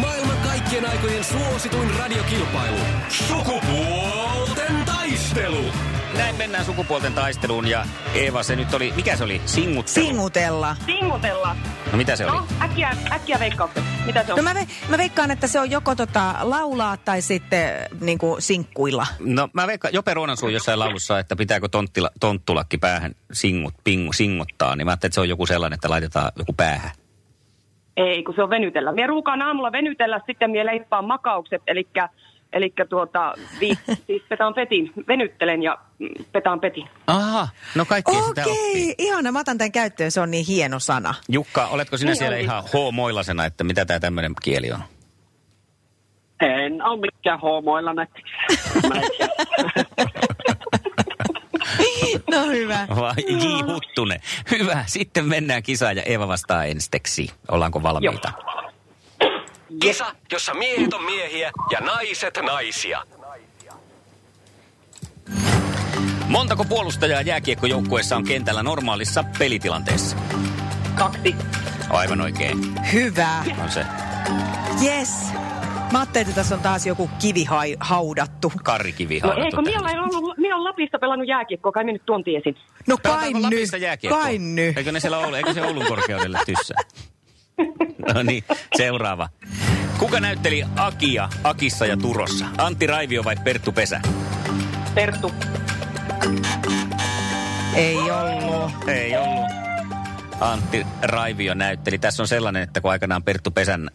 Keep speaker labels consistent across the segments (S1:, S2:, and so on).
S1: Maailman kaikkien aikojen suosituin radiokilpailu. Sukupuolten taistelu.
S2: Näin mennään sukupuolten taisteluun ja Eeva se nyt oli, mikä se oli? Singut.
S3: Singutella.
S4: Singutella.
S2: No mitä se oli?
S4: No, äkkiä, äkkiä veikkaukset. Mitä se on?
S3: No mä, ve- mä veikkaan, että se on joko tota, laulaa tai sitten niin kuin sinkkuilla.
S2: No mä veikkaan, Jope Ruonansuu jossain laulussa, että pitääkö tonttila, tonttulakki päähän singut, pingu, singottaa, niin mä ajattelin, että se on joku sellainen, että laitetaan joku päähän.
S4: Ei, kun se on venytellä. Mie ruukaan aamulla venytellä, sitten mie leippaan makaukset, eli Elikkä tuota, vi, siis petaan petin, venyttelen ja mm, petaan petin.
S2: Aha, no kaikki sitä oppii.
S3: Okei, ihana. Mä otan tämän käyttöön, se on niin hieno sana.
S2: Jukka, oletko sinä
S4: Niin
S2: siellä
S4: onkin.
S2: ihan hoomoilasena, että mitä tämä tämmöinen kieli on?
S5: En ole mikään homoilla näitä.
S3: No hyvä.
S2: Vai J. Huttunen. Hyvä, sitten mennään kisaan ja Eeva vastaa ensiksi. Ollaanko valmiita?
S1: Kisa, jossa miehet on miehiä ja naiset naisia.
S2: Montako puolustajaa jääkiekkojoukkueessa on kentällä normaalissa pelitilanteessa?
S4: Kaksi.
S2: Aivan oikein.
S3: Hyvä.
S2: On se
S3: Yes. Mä ajattelin, että tässä on taas joku kivi hai- haudattu.
S2: karrikivi
S4: No ei,
S2: haudattu
S4: kun mie
S2: tähän.
S4: olen, ollut, mie olen Lapissa pelannut jääkiekkoa, kai mie nyt tuon tiesin.
S3: No kai
S2: Pelataanko
S3: nyt,
S2: Lapissa jääkiekkoa?
S3: kai nyt.
S2: Eikö ne siellä Oulu, eikö se Oulun korkeudelle tyssää? No niin, seuraava. Kuka näytteli Akia Akissa ja Turossa? Antti Raivio vai Perttu Pesä?
S4: Perttu.
S3: Ei ollut.
S2: Ei ollut. Antti Raivio näytteli. Tässä on sellainen, että kun aikanaan Perttu Pesän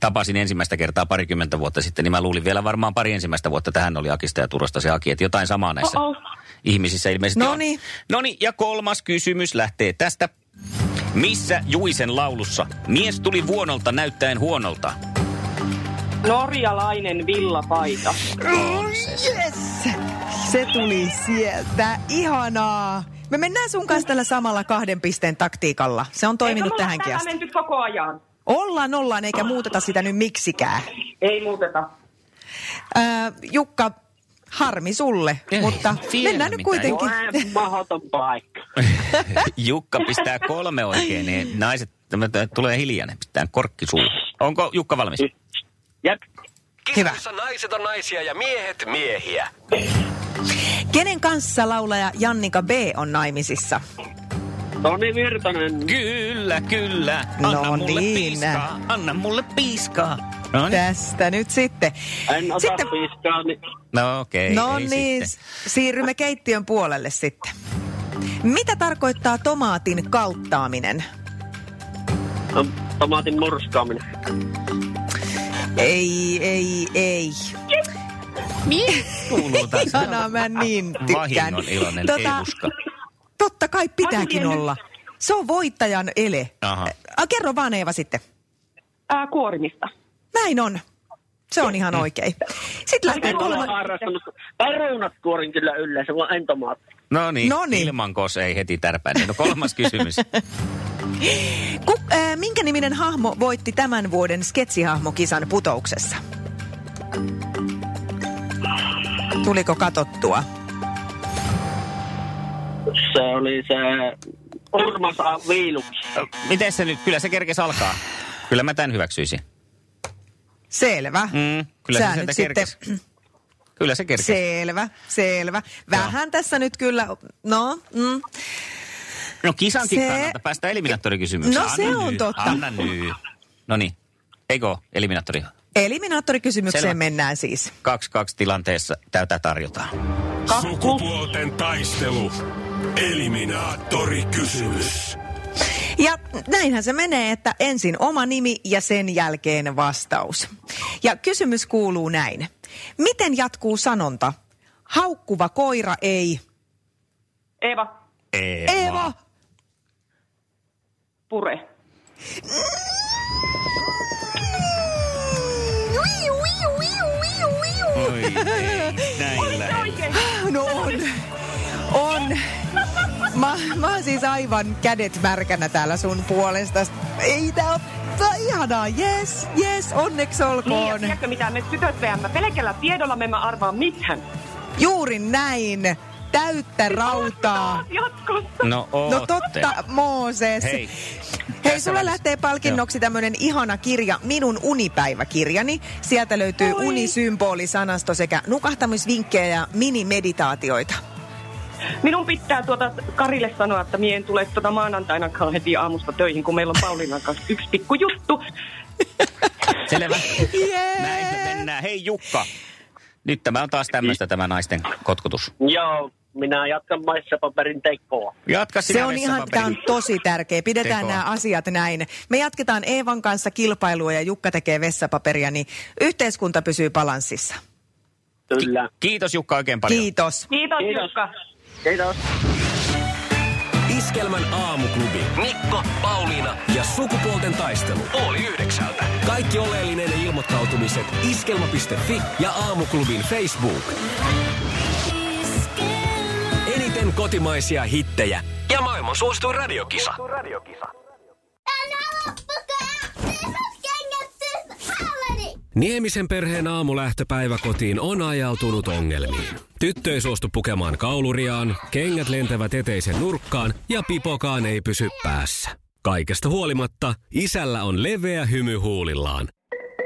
S2: tapasin ensimmäistä kertaa parikymmentä vuotta sitten, niin mä luulin vielä varmaan pari ensimmäistä vuotta tähän oli Akista ja Turosta se Aki, että jotain samaa näissä
S4: Oh-oh.
S2: ihmisissä ilmeisesti
S3: Noniin.
S2: on. Noniin, ja kolmas kysymys lähtee tästä. Missä Juisen laulussa mies tuli vuonolta näyttäen huonolta?
S4: Norjalainen villapaita.
S3: Yes. Se tuli sieltä. Ihanaa. Me mennään sun kanssa tällä samalla kahden pisteen taktiikalla. Se on toiminut
S4: Eikö me olla
S3: tähänkin
S4: tällä
S3: asti.
S4: menty koko ajan?
S3: Ollaan, ollaan, eikä muuteta sitä nyt miksikään.
S4: Ei muuteta.
S3: Ää, Jukka, harmi sulle,
S2: Ei,
S3: mutta
S2: tiedä
S3: mennään nyt
S2: mitään.
S3: kuitenkin.
S5: Mahoton paikka.
S2: Jukka pistää kolme oikein, niin naiset tämä t- tulee hiljainen, pistää korkki suuhun. Onko Jukka valmis?
S5: Jep.
S3: Hyvä.
S1: Kisoissa naiset on naisia ja miehet miehiä.
S3: Kenen kanssa laulaja Jannika B. on naimisissa?
S2: No
S5: Toni Virtanen.
S2: Kyllä, kyllä. Anna
S3: No
S2: mulle
S3: niin.
S2: piiskaa. Anna mulle piiskaa. No niin.
S3: Tästä nyt sitten.
S5: En ota
S3: Sitten-
S5: sitten... piiskaa, niin
S2: No okei,
S3: no
S2: ei
S3: niin,
S2: sitten.
S3: siirrymme keittiön puolelle sitten. Mitä tarkoittaa tomaatin kalttaaminen?
S5: no, tomaatin murskaaminen.
S3: Ei, ei, ei.
S2: Kuuluu taas.
S3: Ihanaa, mä niin tykkään.
S2: Vahingon iloinen tota... Eevuska.
S3: totta kai pitääkin olla. Se on voittajan ele.
S2: Aha.
S3: Äh, Kerro vaan Eeva sitten.
S4: Ää, kuorimista.
S3: Näin on. Se on ihan oikein. Sitten lähtee
S4: niin,
S5: En ole
S3: kolme.
S5: harrastanut. Perunat kuorin kyllä yleensä, vaan en tomaatti.
S2: No niin,
S3: Noniin.
S2: ilman kos ei heti tärpäinen. No kolmas kysymys.
S3: Ku, äh, minkä niminen hahmo voitti tämän vuoden sketsihahmokisan putouksessa? Tuliko katottua?
S5: Se oli se Urmas Viiluks.
S2: Miten se nyt, kyllä se kerkes alkaa. Kyllä mä tämän hyväksyisin.
S3: Selvä.
S2: Mm, kyllä se
S3: Sä
S2: sieltä
S3: nyt
S2: kerkes.
S3: sitten- Mm,
S2: Kyllä se kerkes.
S3: Selvä, selvä. Vähän tässä nyt kyllä, no, mm,
S2: No kisankin
S3: Se-
S2: kannalta päästään eliminaattorikysymykseen.
S3: No se
S2: Anna
S3: on
S2: nyt,
S3: totta.
S2: Anna nyt. No niin, eikö oo? eliminaattori?
S3: Eliminaattorikysymykseen
S2: Selvä.
S3: mennään siis.
S2: 2-2 tilanteessa tätä tarjotaan.
S6: Sukupuolten taistelu. Eliminaattori kysymys.
S3: Ja näinhän se menee, että ensin oma nimi ja sen jälkeen vastaus. Ja kysymys kuuluu näin. Miten jatkuu sanonta? Haukkuva koira ei.
S4: Eeva,
S2: Eeva.
S3: Eeva!
S4: pure.
S3: Uiu, uiu, uiu, uiu.
S2: Ei, ei, näillä.
S4: Oikein.
S3: No on. On. Mä, mä oon siis aivan kädet märkänä täällä sun puolesta. Ei tää oo tää on ihanaa. Jes, jes, onneksi
S4: Niin, ja
S3: olkoon.
S4: tiedätkö mitä, me tytöt veimme pelkällä tiedolla, me emme arvaa mitään.
S3: Juuri näin. Täyttä rautaa.
S4: Jatkossa.
S2: No,
S3: No
S2: ootte.
S3: totta, Mooses.
S2: Hei.
S3: Hei,
S2: Tässä
S3: sulle
S2: välissä.
S3: lähtee palkinnoksi tämmönen ihana kirja, minun unipäiväkirjani. Sieltä löytyy
S4: Oi.
S3: unisymbolisanasto sekä nukahtamisvinkkejä ja minimeditaatioita.
S4: Minun pitää tuota Karille sanoa, että mie en tule tuota maanantainakaan heti aamusta töihin, kun meillä on Paulinan kanssa yksi pikku juttu.
S2: Selvä.
S3: Jee.
S2: Näin me mennään. Hei Jukka. Nyt tämä on taas tämmöistä tämä naisten kotkutus.
S5: Joo, minä jatkan maissapaperin tekoa.
S2: Jatka sinä
S3: Se on ihan,
S2: vessapaperin.
S3: tämä on tosi tärkeä. Pidetään
S2: Tekoa.
S3: nämä asiat näin. Me jatketaan Eevan kanssa kilpailua ja Jukka tekee vessapaperia, niin yhteiskunta pysyy balanssissa.
S5: Kyllä.
S2: Kiitos Jukka oikein paljon.
S3: Kiitos.
S4: Kiitos, Kiitos.
S5: Kiitos.
S4: Jukka.
S5: Kiitos.
S1: Iskelmän aamuklubi. Mikko, Pauliina ja sukupuolten taistelu. Oli yhdeksältä. Kaikki oleellinen ilmoittautumiset iskelma.fi ja aamuklubin Facebook. Eniten kotimaisia hittejä ja maailman suosituin radiokisa. Niemisen perheen aamulähtöpäivä kotiin on ajautunut ongelmiin. Tyttö ei suostu pukemaan kauluriaan, kengät lentävät eteisen nurkkaan ja pipokaan ei pysy päässä. Kaikesta huolimatta, isällä on leveä hymy huulillaan.